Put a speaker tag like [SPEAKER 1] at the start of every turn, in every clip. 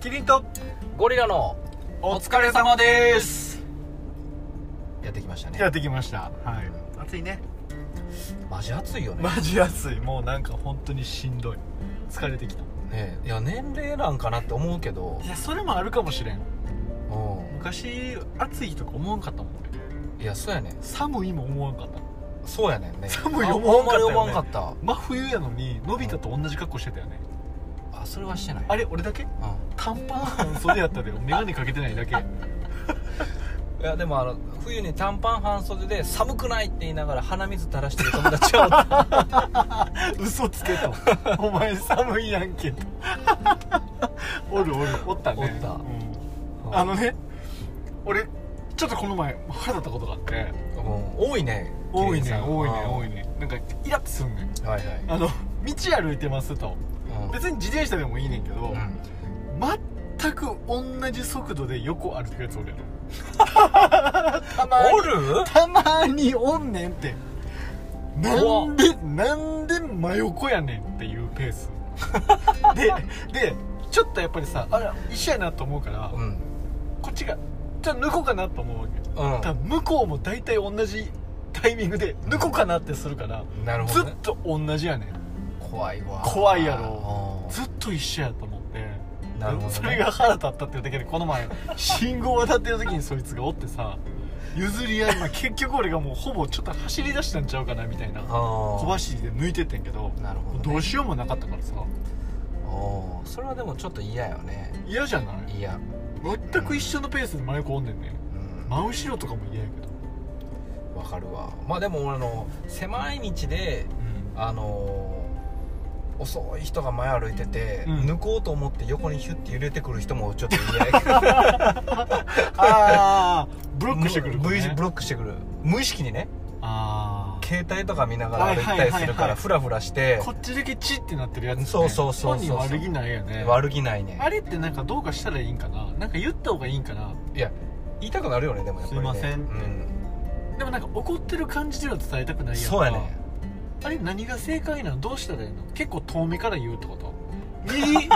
[SPEAKER 1] キリンと
[SPEAKER 2] ゴリラの
[SPEAKER 1] お疲れ様です
[SPEAKER 2] やってきましたね
[SPEAKER 1] やってきましたはい暑いね
[SPEAKER 2] マジ暑いよね,、
[SPEAKER 1] マジ暑いもうなんか本当にしんどい疲れてきた
[SPEAKER 2] ねいや年齢なんかなって思うけど
[SPEAKER 1] いやそれもあるかもしれん
[SPEAKER 2] う
[SPEAKER 1] 昔暑い日とか思わんかったもんね
[SPEAKER 2] んいやそうやねん
[SPEAKER 1] 寒いも思わんかった
[SPEAKER 2] そうやねんね
[SPEAKER 1] 寒い
[SPEAKER 2] あ
[SPEAKER 1] 思わんかったよね
[SPEAKER 2] あんまり思わんかった
[SPEAKER 1] 真冬やのにのび太と同じ格好してたよね
[SPEAKER 2] あそれはしてない
[SPEAKER 1] あれ俺だけ
[SPEAKER 2] う
[SPEAKER 1] 短パン半袖や ったで眼鏡かけてないだけ
[SPEAKER 2] んいやでもあの冬に短パン半袖で寒くないって言いながら鼻水垂らしてる友達はおった
[SPEAKER 1] 嘘つけとお前寒いやん けとおるおるおったね
[SPEAKER 2] おった
[SPEAKER 1] うん あのね俺ちょっとこの前腹立ったことがあって
[SPEAKER 2] うん多いね
[SPEAKER 1] 多いね多いね多
[SPEAKER 2] い
[SPEAKER 1] いねなんかイラッとすんねん
[SPEAKER 2] はいはい
[SPEAKER 1] あの道歩いてますと
[SPEAKER 2] うん
[SPEAKER 1] 別に自転車でもいいねんけど、
[SPEAKER 2] うん
[SPEAKER 1] 全く同じ速度で横歩くやつおるやろたま
[SPEAKER 2] お
[SPEAKER 1] に
[SPEAKER 2] る
[SPEAKER 1] たまにおんねんってな
[SPEAKER 2] 怖っ
[SPEAKER 1] んでなんで真横やねんっていうペース ででちょっとやっぱりさあれ一緒やなと思うから、
[SPEAKER 2] うんうん
[SPEAKER 1] こっちがじゃあ抜こうかなと思うわけ多分向こうも大体同じタイミングで抜こうかなってするから
[SPEAKER 2] なるほ
[SPEAKER 1] ず
[SPEAKER 2] ど
[SPEAKER 1] っ
[SPEAKER 2] ね
[SPEAKER 1] と同じやねん
[SPEAKER 2] 怖いわ
[SPEAKER 1] 怖いやろ
[SPEAKER 2] うん
[SPEAKER 1] ずっと一緒やと思って
[SPEAKER 2] なるほどね
[SPEAKER 1] それが腹立ったっていうだけでこの前信号渡ってる時にそいつがおってさ譲り合い、まあ、結局俺がもうほぼちょっと走り出したんちゃうかなみたいな
[SPEAKER 2] あ
[SPEAKER 1] 小
[SPEAKER 2] ー
[SPEAKER 1] 走りで抜いてってんけど
[SPEAKER 2] なるほど,、
[SPEAKER 1] ど
[SPEAKER 2] ね、
[SPEAKER 1] うしようもなかったからさ
[SPEAKER 2] おーそれはでもちょっと嫌よね
[SPEAKER 1] 嫌じゃない
[SPEAKER 2] 嫌
[SPEAKER 1] 全く一緒のペースで真横おんねんね
[SPEAKER 2] うん
[SPEAKER 1] 真後ろとかも嫌やけど
[SPEAKER 2] わかるわまあでも俺あの狭い道であのー遅い人が前歩いてて、
[SPEAKER 1] うん
[SPEAKER 2] 抜こうと思って横にヒュッて揺れてくる人もちょっと嫌やけど
[SPEAKER 1] ああ ブロックしてくる子
[SPEAKER 2] む V 字
[SPEAKER 1] ね
[SPEAKER 2] ブロックしてくる無意識にね
[SPEAKER 1] ああ
[SPEAKER 2] 携帯とか見ながら歩いたりする
[SPEAKER 1] はいはいはい
[SPEAKER 2] か
[SPEAKER 1] はい
[SPEAKER 2] らフラフラして
[SPEAKER 1] こっちだけチってなってるやつ、ね、
[SPEAKER 2] そうそうそうそう
[SPEAKER 1] 本人悪気ないよね
[SPEAKER 2] 悪気ないね
[SPEAKER 1] あれってなんかどうかしたらいいんかななんか言った方がいいんかない
[SPEAKER 2] や言いたくなるよねでもやっぱり、ね、
[SPEAKER 1] すいませんって
[SPEAKER 2] うん
[SPEAKER 1] でもなんか怒ってる感じでは伝えたくないやんか
[SPEAKER 2] そうやね
[SPEAKER 1] あれ何が正解なのどうしたらいいの結構遠目から言うってこと右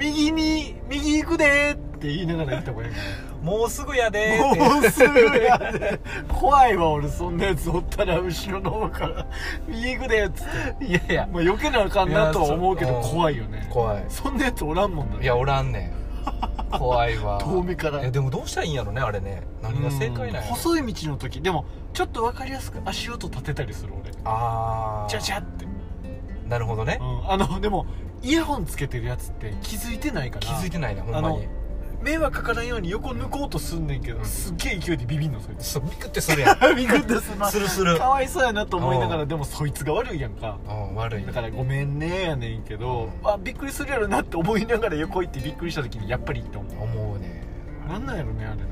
[SPEAKER 1] 右に右行くでーって言いながら言った方がいいんか
[SPEAKER 2] もうすぐやで ーって
[SPEAKER 1] なもうすぐやで怖いわ俺そんなやつおったら後ろの方から右行くでーっつって
[SPEAKER 2] いやいや
[SPEAKER 1] まあ避けなあかんなとは思うけ
[SPEAKER 2] い
[SPEAKER 1] ど
[SPEAKER 2] やそう
[SPEAKER 1] 怖いよね
[SPEAKER 2] 怖い
[SPEAKER 1] そんなやつおらんもんだ
[SPEAKER 2] いやおら んねん怖いわ
[SPEAKER 1] 遠目から
[SPEAKER 2] えでもどうしたらいいんやろねあれね何が正解なんやろ
[SPEAKER 1] うん細い道の時でもちょっと分かりやすく足音立てたりする俺
[SPEAKER 2] ああ
[SPEAKER 1] じゃじゃって、
[SPEAKER 2] なるほどね
[SPEAKER 1] うんあのでもイヤホンつけてるやつって気づいてないから
[SPEAKER 2] 気づいてないねほんまに
[SPEAKER 1] 迷惑かからんように横抜こうとすんねんけど、
[SPEAKER 2] うん
[SPEAKER 1] すっげえ勢いでビビんのそいつ
[SPEAKER 2] そうビクってするやん
[SPEAKER 1] ビク ってすんな
[SPEAKER 2] するする
[SPEAKER 1] かわいそうやなと思いながら
[SPEAKER 2] う
[SPEAKER 1] でもそいつが悪いやんか
[SPEAKER 2] うん悪い
[SPEAKER 1] だから「ごめんね」やねんけど、
[SPEAKER 2] うん
[SPEAKER 1] あびっくりするやろなって思いながら横行ってびっくりした時にやっぱりいいと思
[SPEAKER 2] 思うね
[SPEAKER 1] うなんなんやろねあれね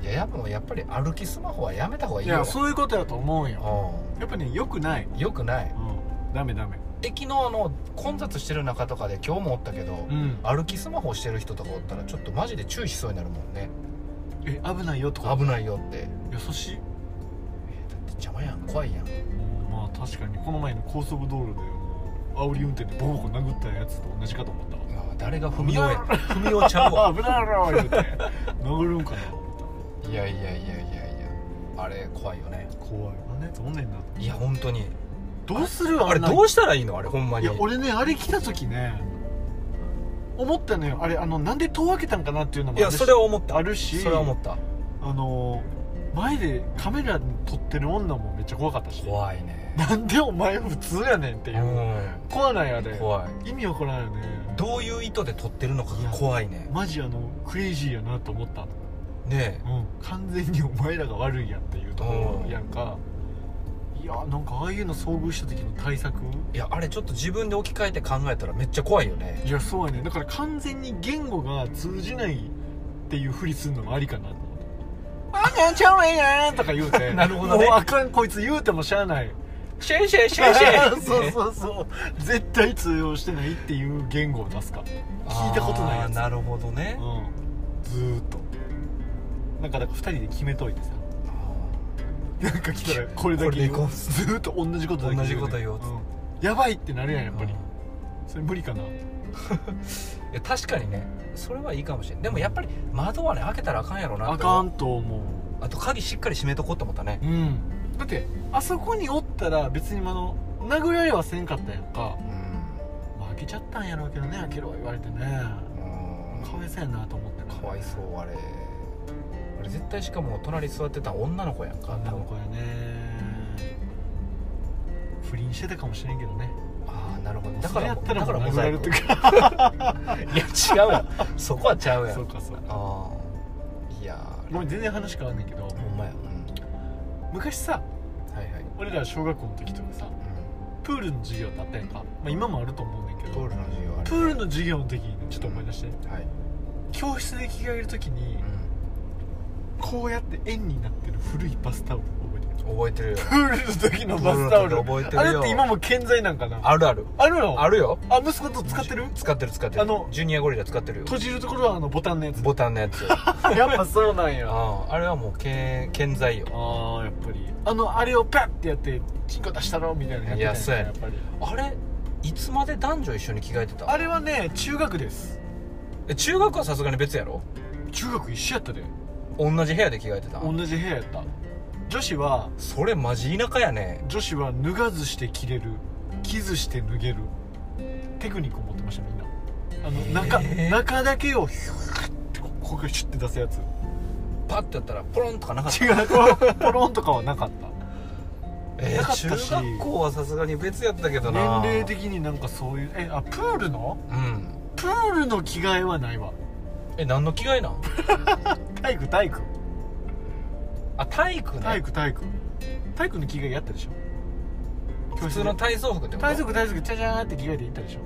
[SPEAKER 2] うんいややっぱやっぱり歩きスマホはやめた方がい
[SPEAKER 1] い
[SPEAKER 2] いよ
[SPEAKER 1] やそういうことやと思うんよやっぱねよくない、
[SPEAKER 2] うんよくない
[SPEAKER 1] うん、ダメダメ
[SPEAKER 2] 駅のあの混雑してる中とかで今日もおったけど
[SPEAKER 1] うん
[SPEAKER 2] 歩きスマホしてる人とかおったらちょっとマジで注意しそうになるもんね
[SPEAKER 1] え危ないよとか
[SPEAKER 2] 危ないよって
[SPEAKER 1] 優しい
[SPEAKER 2] だって邪魔やん怖いやん
[SPEAKER 1] まあ確かにこの前の高速道路で煽り運転でボコボコ殴ったやつと同じかと思ったわ
[SPEAKER 2] あ誰が踏み終え踏み終えちゃうわ
[SPEAKER 1] あ危ないろ言うて殴るんかない
[SPEAKER 2] やいやいやいやいやあれ怖いよね
[SPEAKER 1] 怖いあんなやつおんねんない
[SPEAKER 2] や本当に
[SPEAKER 1] どうする
[SPEAKER 2] あれ
[SPEAKER 1] んな
[SPEAKER 2] どうしたらいいのあれほんま
[SPEAKER 1] い
[SPEAKER 2] に
[SPEAKER 1] や俺ねあれ来た時ね思ったのよあれあのなんで戸を開けたんかなっていうのも
[SPEAKER 2] い
[SPEAKER 1] ある
[SPEAKER 2] や
[SPEAKER 1] し
[SPEAKER 2] それは思った
[SPEAKER 1] あるし
[SPEAKER 2] それは思った
[SPEAKER 1] あの前でカメラ撮ってる女もめっちゃ怖かったし
[SPEAKER 2] 怖いね
[SPEAKER 1] なんでお前普通やねんって
[SPEAKER 2] う
[SPEAKER 1] いう、
[SPEAKER 2] ん
[SPEAKER 1] 怖ないあれ
[SPEAKER 2] 怖い
[SPEAKER 1] 意味わからんよね
[SPEAKER 2] どういう意図で撮ってるのかが怖いね
[SPEAKER 1] マジあのクレイジーやなと思った、
[SPEAKER 2] ね
[SPEAKER 1] 完全にお前らが悪いやんっていうとこ
[SPEAKER 2] うん
[SPEAKER 1] ろやんかいやなんかああいうの遭遇した時の対策
[SPEAKER 2] えいやあれちょっと自分で置き換えて考えたらめっちゃ怖いよね
[SPEAKER 1] いやそうやねだから完全に言語が通じないっていうふりするのもありかなと思って「あなんちゃうえやん」とか言うて
[SPEAKER 2] なるほどね
[SPEAKER 1] もうあかんこいつ言うてもしゃあない
[SPEAKER 2] シェイシェイシェイシェ イ
[SPEAKER 1] そうそうそう絶対通用してないっていう言語を出すか聞いたことないや
[SPEAKER 2] あ
[SPEAKER 1] つ
[SPEAKER 2] ーなるほどね
[SPEAKER 1] うんずーっとなんかだから2人で決めといてさなんか来た らこれだけ言う
[SPEAKER 2] これで行こう
[SPEAKER 1] ずーっと同じことだけ
[SPEAKER 2] 同じこと言おうっつって
[SPEAKER 1] んやばいってなるやんやっぱり、
[SPEAKER 2] うん
[SPEAKER 1] それ無理かない
[SPEAKER 2] や確かにねそれはいいかもしれんでもやっぱり窓はね開けたらあかんやろな
[SPEAKER 1] あ
[SPEAKER 2] って
[SPEAKER 1] かんと思う
[SPEAKER 2] あと鍵しっかり閉めとこうと思ったね
[SPEAKER 1] うんだってあそこにおったら別にあの殴られはせんかったやんか
[SPEAKER 2] う、ん
[SPEAKER 1] まあ、開けちゃったんやろうけどね開けろ言われてねかわいそうやなと思って
[SPEAKER 2] かわいそうあれあれ絶対しかも隣座ってた女の子やんか
[SPEAKER 1] 女
[SPEAKER 2] 多
[SPEAKER 1] の
[SPEAKER 2] 分
[SPEAKER 1] 子やね不倫してたかもしれんけどね
[SPEAKER 2] ああなるほどだ
[SPEAKER 1] だ
[SPEAKER 2] か
[SPEAKER 1] からや
[SPEAKER 2] ら
[SPEAKER 1] ったら
[SPEAKER 2] だ
[SPEAKER 1] も
[SPEAKER 2] か
[SPEAKER 1] う
[SPEAKER 2] らモ
[SPEAKER 1] 殴
[SPEAKER 2] ザ
[SPEAKER 1] ら
[SPEAKER 2] イ
[SPEAKER 1] れる
[SPEAKER 2] ク
[SPEAKER 1] と
[SPEAKER 2] い
[SPEAKER 1] か
[SPEAKER 2] や違うやんそこはちゃうや ん
[SPEAKER 1] そうかそうか
[SPEAKER 2] ああいやー
[SPEAKER 1] ごめん全然話変わんねんけど
[SPEAKER 2] ほんまや、うん、
[SPEAKER 1] 昔さ
[SPEAKER 2] はいはい、
[SPEAKER 1] 俺ら小学校の時とかさプールの授業ってあったやんか、まあ、今もあると思うねんけ
[SPEAKER 2] プー
[SPEAKER 1] ど
[SPEAKER 2] ルの授業あ
[SPEAKER 1] プールの授業の時にねちょっと思い出して
[SPEAKER 2] れはい、
[SPEAKER 1] 教室で着替える時に
[SPEAKER 2] う
[SPEAKER 1] こうやって円になってる古いバスタオル覚えてる
[SPEAKER 2] ん、覚 えてるよ
[SPEAKER 1] プールの時のバスタオル
[SPEAKER 2] プールの時覚えて
[SPEAKER 1] あ
[SPEAKER 2] る
[SPEAKER 1] れ
[SPEAKER 2] よ
[SPEAKER 1] って今も健在なんかなあ
[SPEAKER 2] あるある
[SPEAKER 1] るの
[SPEAKER 2] あるよ
[SPEAKER 1] あ息子と使ってる
[SPEAKER 2] 使ってる使ってる
[SPEAKER 1] あの
[SPEAKER 2] ジュニアゴリラ使ってるよ
[SPEAKER 1] 閉じるところはあのボタンのや つ
[SPEAKER 2] ボタンのやつ
[SPEAKER 1] やっぱそうなんやあ
[SPEAKER 2] あああれはもうけん健在よ
[SPEAKER 1] あーやっぱりあのあれをパッてやってチンコ出したろみたいなやつ
[SPEAKER 2] いやそうやね
[SPEAKER 1] っぱり
[SPEAKER 2] あれいつまで男女一緒に着替えてた
[SPEAKER 1] あれはね中学です
[SPEAKER 2] え中学はさすがに別やろ
[SPEAKER 1] 中学一緒やったで
[SPEAKER 2] 同じ部屋で着替えてた
[SPEAKER 1] 同じ部屋やった女子は
[SPEAKER 2] それマジ田舎やね
[SPEAKER 1] 女子は脱がずして着れる着ずして脱げるテクニックを持ってましたみんなあの中
[SPEAKER 2] へー
[SPEAKER 1] 中だけをヒューってここがシュッて出す やつ
[SPEAKER 2] パッてやったらポロンとかなかった
[SPEAKER 1] 違うこのポロンとかはなかった
[SPEAKER 2] え
[SPEAKER 1] なか
[SPEAKER 2] ー、
[SPEAKER 1] ったし
[SPEAKER 2] 中学校はさすがに別やったけどな
[SPEAKER 1] 年齢的になんかそういうえあプールの
[SPEAKER 2] うん
[SPEAKER 1] プールの着替えはないわ
[SPEAKER 2] え何の着替えなん
[SPEAKER 1] 体育体育
[SPEAKER 2] あ体育ね
[SPEAKER 1] 体育体育体育の着替えやったでしょ
[SPEAKER 2] 普通の体操服ってこと
[SPEAKER 1] 体操服体操服チャチャーって着替えて行ったでしょ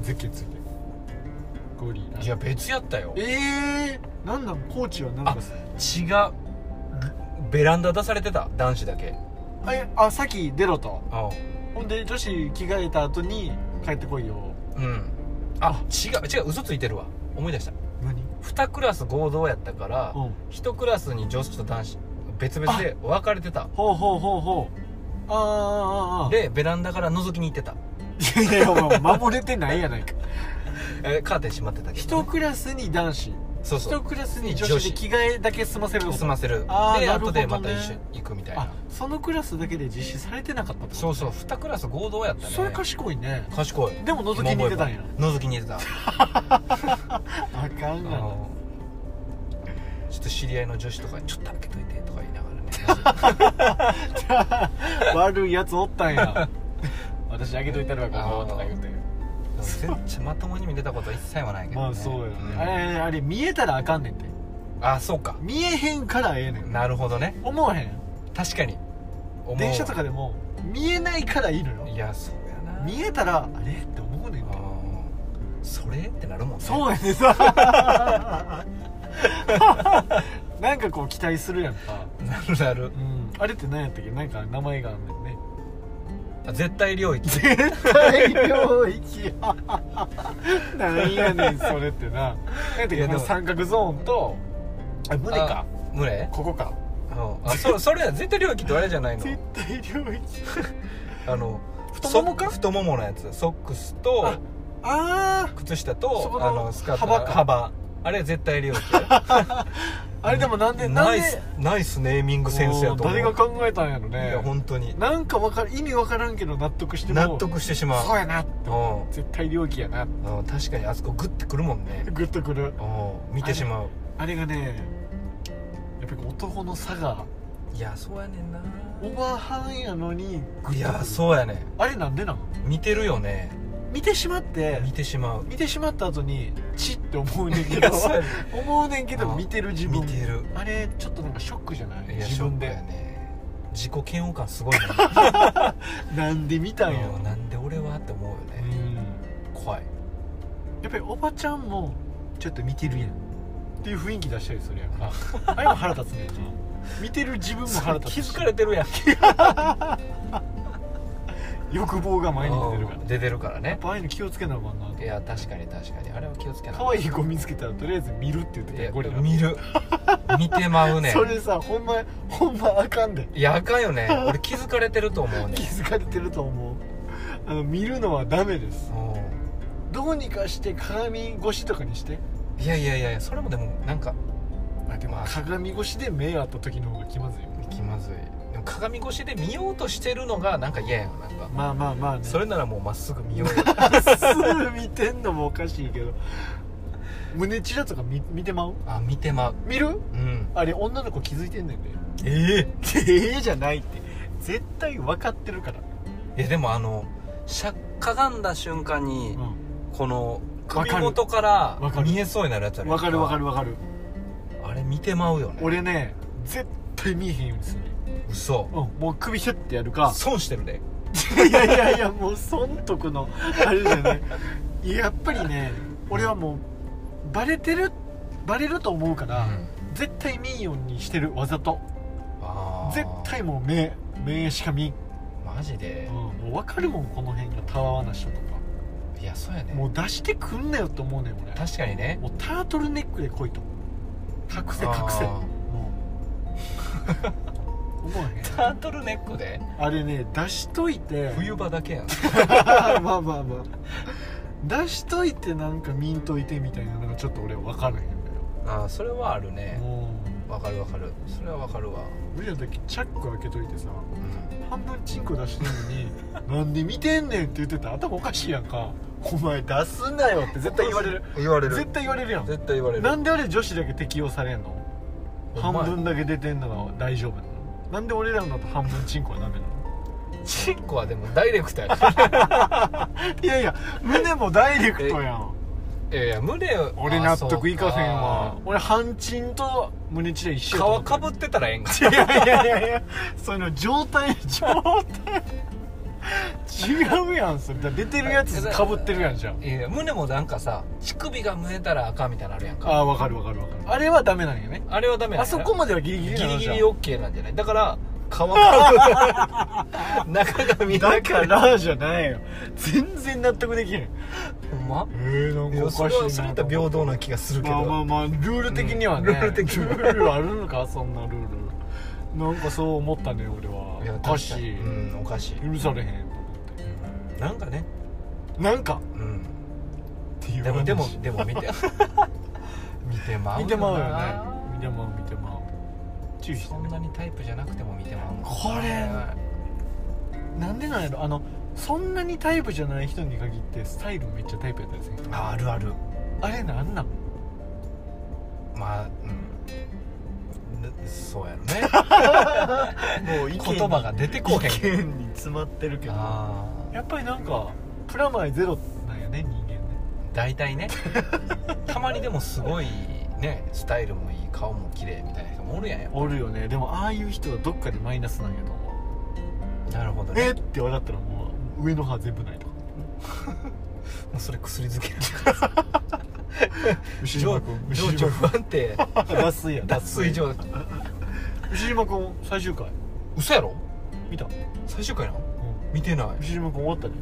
[SPEAKER 1] ゼッケンついてゴリラ
[SPEAKER 2] いや別やったよ
[SPEAKER 1] ええー、なんなんコーチはなんかさ
[SPEAKER 2] 違うベランダ出されてた男子だけ
[SPEAKER 1] あえあさっき出ろと
[SPEAKER 2] あ
[SPEAKER 1] ほんで女子着替えた後に帰ってこいよ
[SPEAKER 2] うんあ違う違う嘘ついてるわ思い出した
[SPEAKER 1] 何
[SPEAKER 2] 2クラス合同やったから
[SPEAKER 1] うん
[SPEAKER 2] 1クラスに女子と男子別々で分かれてた
[SPEAKER 1] ほうほうほうほうあーあーあーあ
[SPEAKER 2] でベランダから覗きに行ってた
[SPEAKER 1] ーいやいやお前守れてないやないか
[SPEAKER 2] えーカーテン閉まってたけど
[SPEAKER 1] 一クラスに男子
[SPEAKER 2] そうそ
[SPEAKER 1] 一
[SPEAKER 2] う
[SPEAKER 1] クラスに
[SPEAKER 2] 女
[SPEAKER 1] 女子
[SPEAKER 2] 子
[SPEAKER 1] で着替えだけ済ませるの
[SPEAKER 2] 済ませる
[SPEAKER 1] あー
[SPEAKER 2] で
[SPEAKER 1] なるほ
[SPEAKER 2] 後
[SPEAKER 1] どね
[SPEAKER 2] でまた一緒に行くみたい
[SPEAKER 1] あ
[SPEAKER 2] な
[SPEAKER 1] そのクラスだけで実施されてなかったってこと
[SPEAKER 2] そうそう2クラス合同やったね
[SPEAKER 1] それ賢いね
[SPEAKER 2] 賢い
[SPEAKER 1] でも覗きに行ってたんや
[SPEAKER 2] 覗きに行ってた
[SPEAKER 1] あかん
[SPEAKER 2] あ
[SPEAKER 1] がな
[SPEAKER 2] のちょっと知り合いの女子とかに「ちょっと開けといて」とか言いながらね
[SPEAKER 1] 悪いやつおったんや 私あげといたるわこ
[SPEAKER 2] あー
[SPEAKER 1] ことか言うて
[SPEAKER 2] 全然まともに見てたことは一切はないけど、ね、
[SPEAKER 1] まあそうやね、
[SPEAKER 2] ん
[SPEAKER 1] あれあれあれ見えたらあかんねんて
[SPEAKER 2] あそうか
[SPEAKER 1] 見えへんからええねん
[SPEAKER 2] なるほどね
[SPEAKER 1] 思わへん
[SPEAKER 2] 確かに思うわ
[SPEAKER 1] 電車とかでも見えないからいいのよ
[SPEAKER 2] いやそうやな
[SPEAKER 1] 見えたらあれって思うねん
[SPEAKER 2] あ
[SPEAKER 1] て
[SPEAKER 2] ーそれってなるもんね
[SPEAKER 1] そうやねんさ なんかこう期待するやんか、
[SPEAKER 2] なるなる
[SPEAKER 1] うん、あれって何やったっけなんか名前があんねんね
[SPEAKER 2] あ絶対領域
[SPEAKER 1] 大領域 なんやねんそれってななんやったっ
[SPEAKER 2] いや
[SPEAKER 1] け
[SPEAKER 2] でも
[SPEAKER 1] 三角ゾーンとあ胸か
[SPEAKER 2] あ胸
[SPEAKER 1] ここか
[SPEAKER 2] うんあ そそれや絶対領域ってあれじゃないの
[SPEAKER 1] 絶対領域
[SPEAKER 2] あの
[SPEAKER 1] 太ももか
[SPEAKER 2] ソ太もものやつソックス
[SPEAKER 1] あ
[SPEAKER 2] と
[SPEAKER 1] あ
[SPEAKER 2] 靴下
[SPEAKER 1] そ
[SPEAKER 2] と
[SPEAKER 1] こ
[SPEAKER 2] あ
[SPEAKER 1] の
[SPEAKER 2] のスカート
[SPEAKER 1] 幅か
[SPEAKER 2] 幅あれ絶対 領域
[SPEAKER 1] ーあれでもなんでな
[SPEAKER 2] ナ
[SPEAKER 1] ん
[SPEAKER 2] イス
[SPEAKER 1] で
[SPEAKER 2] ナイスネーミングセンスやと思う
[SPEAKER 1] 誰が考えたんやろ
[SPEAKER 2] い
[SPEAKER 1] ね
[SPEAKER 2] や本当に
[SPEAKER 1] なんかわかる意味わからんけど納得しても
[SPEAKER 2] 納得してしま
[SPEAKER 1] そう
[SPEAKER 2] う
[SPEAKER 1] やなって思う絶対領域やな
[SPEAKER 2] うんうん確かにあそこグッてくるもんね
[SPEAKER 1] グッとくる
[SPEAKER 2] うん見てしまう
[SPEAKER 1] あれがねやっぱり男の差が
[SPEAKER 2] いやそうやねんな
[SPEAKER 1] オーバーハンやのにグッとくる
[SPEAKER 2] いやそうやね
[SPEAKER 1] あれなんでなん
[SPEAKER 2] 見てるよね
[SPEAKER 1] 見てしまって
[SPEAKER 2] 見てしまう
[SPEAKER 1] 見てしまった後にチッて思うねんけ
[SPEAKER 2] い
[SPEAKER 1] ど
[SPEAKER 2] やそうやね
[SPEAKER 1] 思うねんけど
[SPEAKER 2] あ
[SPEAKER 1] 見てる自分
[SPEAKER 2] 見てる
[SPEAKER 1] あれちょっとなんかショックじゃない
[SPEAKER 2] い
[SPEAKER 1] 自
[SPEAKER 2] や
[SPEAKER 1] 分
[SPEAKER 2] ショックや
[SPEAKER 1] で
[SPEAKER 2] ね自己嫌悪感すごいね
[SPEAKER 1] なんで見たんや
[SPEAKER 2] うんなんで俺はって思うよ
[SPEAKER 1] う
[SPEAKER 2] ね
[SPEAKER 1] ん
[SPEAKER 2] 怖い
[SPEAKER 1] やっぱりおばちゃんもちょっと見てるやんっていう雰囲気出したりするやん かあれも腹立つねんな見てる自分も腹立つ
[SPEAKER 2] 気
[SPEAKER 1] し
[SPEAKER 2] づかれてるやん
[SPEAKER 1] 欲望が前に出てるから
[SPEAKER 2] 出てるから
[SPEAKER 1] やっ
[SPEAKER 2] ね
[SPEAKER 1] ぱああいうの気をつけなあかんない
[SPEAKER 2] や確かに確かにあれは気をつけな
[SPEAKER 1] 可愛い子見つけたらとりあえず見るって言ってた
[SPEAKER 2] いや
[SPEAKER 1] よゴリラ
[SPEAKER 2] 見 る見てまうね
[SPEAKER 1] それさほんまほんまあかんで
[SPEAKER 2] いやあかんよね俺気づかれてると思うね
[SPEAKER 1] 気づかれてると思うあの見るのはダメです
[SPEAKER 2] う
[SPEAKER 1] どうにかして鏡越しとかにして
[SPEAKER 2] んいやいやいやいやそれもでもなんか
[SPEAKER 1] あでも鏡越しで目合った時の方が気まずいよ
[SPEAKER 2] 気まずいでも鏡越しで見ようとしてるのがなんか嫌やんなんか
[SPEAKER 1] まあまあまあね
[SPEAKER 2] それならもうまっすぐ見ようよ
[SPEAKER 1] すぐ 見てんのもおかしいけど胸チラとか見見てまう
[SPEAKER 2] あ見てまう
[SPEAKER 1] 見る
[SPEAKER 2] うん
[SPEAKER 1] あれ女の子気づいてんねんで
[SPEAKER 2] え
[SPEAKER 1] ええじゃないって絶対分かってるから、
[SPEAKER 2] えいやでもあのしゃかがんだ瞬間に
[SPEAKER 1] う
[SPEAKER 2] この
[SPEAKER 1] わかる
[SPEAKER 2] 首元から
[SPEAKER 1] わかる
[SPEAKER 2] 見えそうになるやつあ
[SPEAKER 1] ん、
[SPEAKER 2] る
[SPEAKER 1] 分かる分か
[SPEAKER 2] る
[SPEAKER 1] る分かる
[SPEAKER 2] あれ見てまうよね
[SPEAKER 1] 俺ね絶対見えへんようにするね
[SPEAKER 2] 嘘
[SPEAKER 1] うんもう首ひゅってやるか
[SPEAKER 2] 損してるで
[SPEAKER 1] いやいやいやもう損得のあれじゃないいややっぱりね俺はもうバレてるバレると思うから、絶対見んようにしてるわざと
[SPEAKER 2] あー
[SPEAKER 1] 絶対もう目目しか見ん、
[SPEAKER 2] マジで
[SPEAKER 1] うん、もう分かるもんこの辺がたわわな人とか
[SPEAKER 2] いやそうやね
[SPEAKER 1] もう出してくんなよと思うねん俺
[SPEAKER 2] 確かにね
[SPEAKER 1] もうタートルネックで来いと隠せ隠せ
[SPEAKER 2] あ ー
[SPEAKER 1] もう思わへん
[SPEAKER 2] タートルネックで
[SPEAKER 1] あれね出しといて
[SPEAKER 2] 冬場だ けやん
[SPEAKER 1] まあまあまあ出しといてなんか見んといてみたいなのがちょっと俺分からへんのよ
[SPEAKER 2] あーそれはあるね
[SPEAKER 1] も
[SPEAKER 2] わかるわかるそれはわかるわ
[SPEAKER 1] う俺らだけチャック開けといてさ
[SPEAKER 2] うん
[SPEAKER 1] 半分チンコ出してん のになんで見てんねんって言ってたら頭おかしいやんかお前出すなよって絶対言われる
[SPEAKER 2] 言われ
[SPEAKER 1] 絶対言われるやん
[SPEAKER 2] 絶対言われる
[SPEAKER 1] なんであれ女子だけ適用されんの
[SPEAKER 2] お
[SPEAKER 1] 半
[SPEAKER 2] 前
[SPEAKER 1] 分だけ出てんのが大丈夫なのなんで俺らのだと半分チンコはダメなの
[SPEAKER 2] チンコはでもダイレクトやから
[SPEAKER 1] いやいや胸もダイレクトやん
[SPEAKER 2] いやいや胸
[SPEAKER 1] 俺納得いかへんわ
[SPEAKER 2] あ
[SPEAKER 1] 俺半チンと胸チラ一緒
[SPEAKER 2] そう
[SPEAKER 1] や
[SPEAKER 2] か皮か
[SPEAKER 1] と思
[SPEAKER 2] ぶってたらええん か
[SPEAKER 1] ってるいやいやいやいやそういうの状態状態違うやんそれだから出てるやつかぶってるやんじゃん
[SPEAKER 2] いやいや胸もなんかさ乳首が見えたらあかんみたいなのあるやんか
[SPEAKER 1] ああわかるわかるわかるあれはダメなんよね
[SPEAKER 2] あれはダメな
[SPEAKER 1] あ
[SPEAKER 2] んや
[SPEAKER 1] そ
[SPEAKER 2] な
[SPEAKER 1] こまではギリギリ
[SPEAKER 2] ギ
[SPEAKER 1] な
[SPEAKER 2] リ
[SPEAKER 1] の
[SPEAKER 2] ギ
[SPEAKER 1] じゃん
[SPEAKER 2] リ OK なんじゃない だから皮かぶ中が見えな
[SPEAKER 1] だ
[SPEAKER 2] い
[SPEAKER 1] か
[SPEAKER 2] から
[SPEAKER 1] らじゃないよ全然納得できない
[SPEAKER 2] ほんま
[SPEAKER 1] えー、ないんか
[SPEAKER 2] や
[SPEAKER 1] お
[SPEAKER 2] そ
[SPEAKER 1] か
[SPEAKER 2] れ
[SPEAKER 1] しいな
[SPEAKER 2] はそれやったら平等な気がするけ
[SPEAKER 1] まあま
[SPEAKER 2] ど
[SPEAKER 1] あまあルール的にはね、
[SPEAKER 2] うんルール的には
[SPEAKER 1] ルールあるのかそんなルールなんかそう思ったね俺はい
[SPEAKER 2] や
[SPEAKER 1] おかしい、
[SPEAKER 2] うんおかしい
[SPEAKER 1] 許されへんと思
[SPEAKER 2] なんかね
[SPEAKER 1] ってなんか
[SPEAKER 2] うん
[SPEAKER 1] っていう
[SPEAKER 2] でも
[SPEAKER 1] 話
[SPEAKER 2] でもでも 見て見てまう
[SPEAKER 1] 見てまうよね
[SPEAKER 2] な
[SPEAKER 1] 見てまう見てまう注意して
[SPEAKER 2] そんなにタイプじゃなくても見てまうもん
[SPEAKER 1] これなんでなんやろあのそんなにタイプじゃない人に限ってスタイルめっちゃタイプやったりする
[SPEAKER 2] ああるある
[SPEAKER 1] あれなんなん
[SPEAKER 2] まあうんぬそうやろね
[SPEAKER 1] もう意見に
[SPEAKER 2] 言葉が出てこへ
[SPEAKER 1] 意
[SPEAKER 2] ん
[SPEAKER 1] 見に詰まってるけどや
[SPEAKER 2] ああ
[SPEAKER 1] っぱりなんかプラマイゼロなんやね人間ね
[SPEAKER 2] 大体ねたまにでもすごいねスタイルもいい顔も綺麗みたいな人もおるやんよ
[SPEAKER 1] おるよねでもああいう人はどっかでマイナスなんやと思う
[SPEAKER 2] なるほど
[SPEAKER 1] えっ
[SPEAKER 2] ね
[SPEAKER 1] て笑ったらもう上の歯全部ないとか
[SPEAKER 2] もうそれ薬漬けや
[SPEAKER 1] 牛 島
[SPEAKER 2] 情
[SPEAKER 1] 君
[SPEAKER 2] 情
[SPEAKER 1] 牛
[SPEAKER 2] 緒
[SPEAKER 1] 島
[SPEAKER 2] 不安定
[SPEAKER 1] 君脱水やん
[SPEAKER 2] 脱水状
[SPEAKER 1] 牛島君最終回
[SPEAKER 2] 嘘やろ
[SPEAKER 1] 見た、うん、
[SPEAKER 2] 最終回なの見てない
[SPEAKER 1] 牛島君終わったね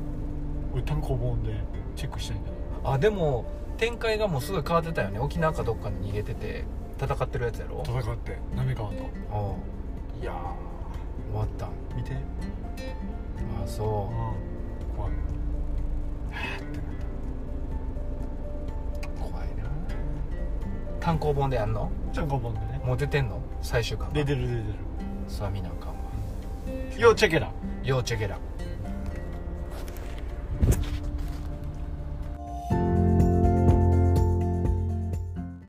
[SPEAKER 1] 俺単行本でチェックしたいんだけ
[SPEAKER 2] あでも展開がもうすごい変わってたよね沖縄かどっかに逃げてて戦ってるやつやろ
[SPEAKER 1] ど戦って滑川と
[SPEAKER 2] ああ
[SPEAKER 1] いや
[SPEAKER 2] 終わったん
[SPEAKER 1] 見て
[SPEAKER 2] ああ
[SPEAKER 1] う
[SPEAKER 2] そ
[SPEAKER 1] ん怖いえーってなっ
[SPEAKER 2] う怖いな単行本でやんの
[SPEAKER 1] た単行本でね
[SPEAKER 2] もう出てんの最終巻が
[SPEAKER 1] 出てる出て
[SPEAKER 2] それは見なあかんわ
[SPEAKER 1] るようチェケラ
[SPEAKER 2] 要チェケラ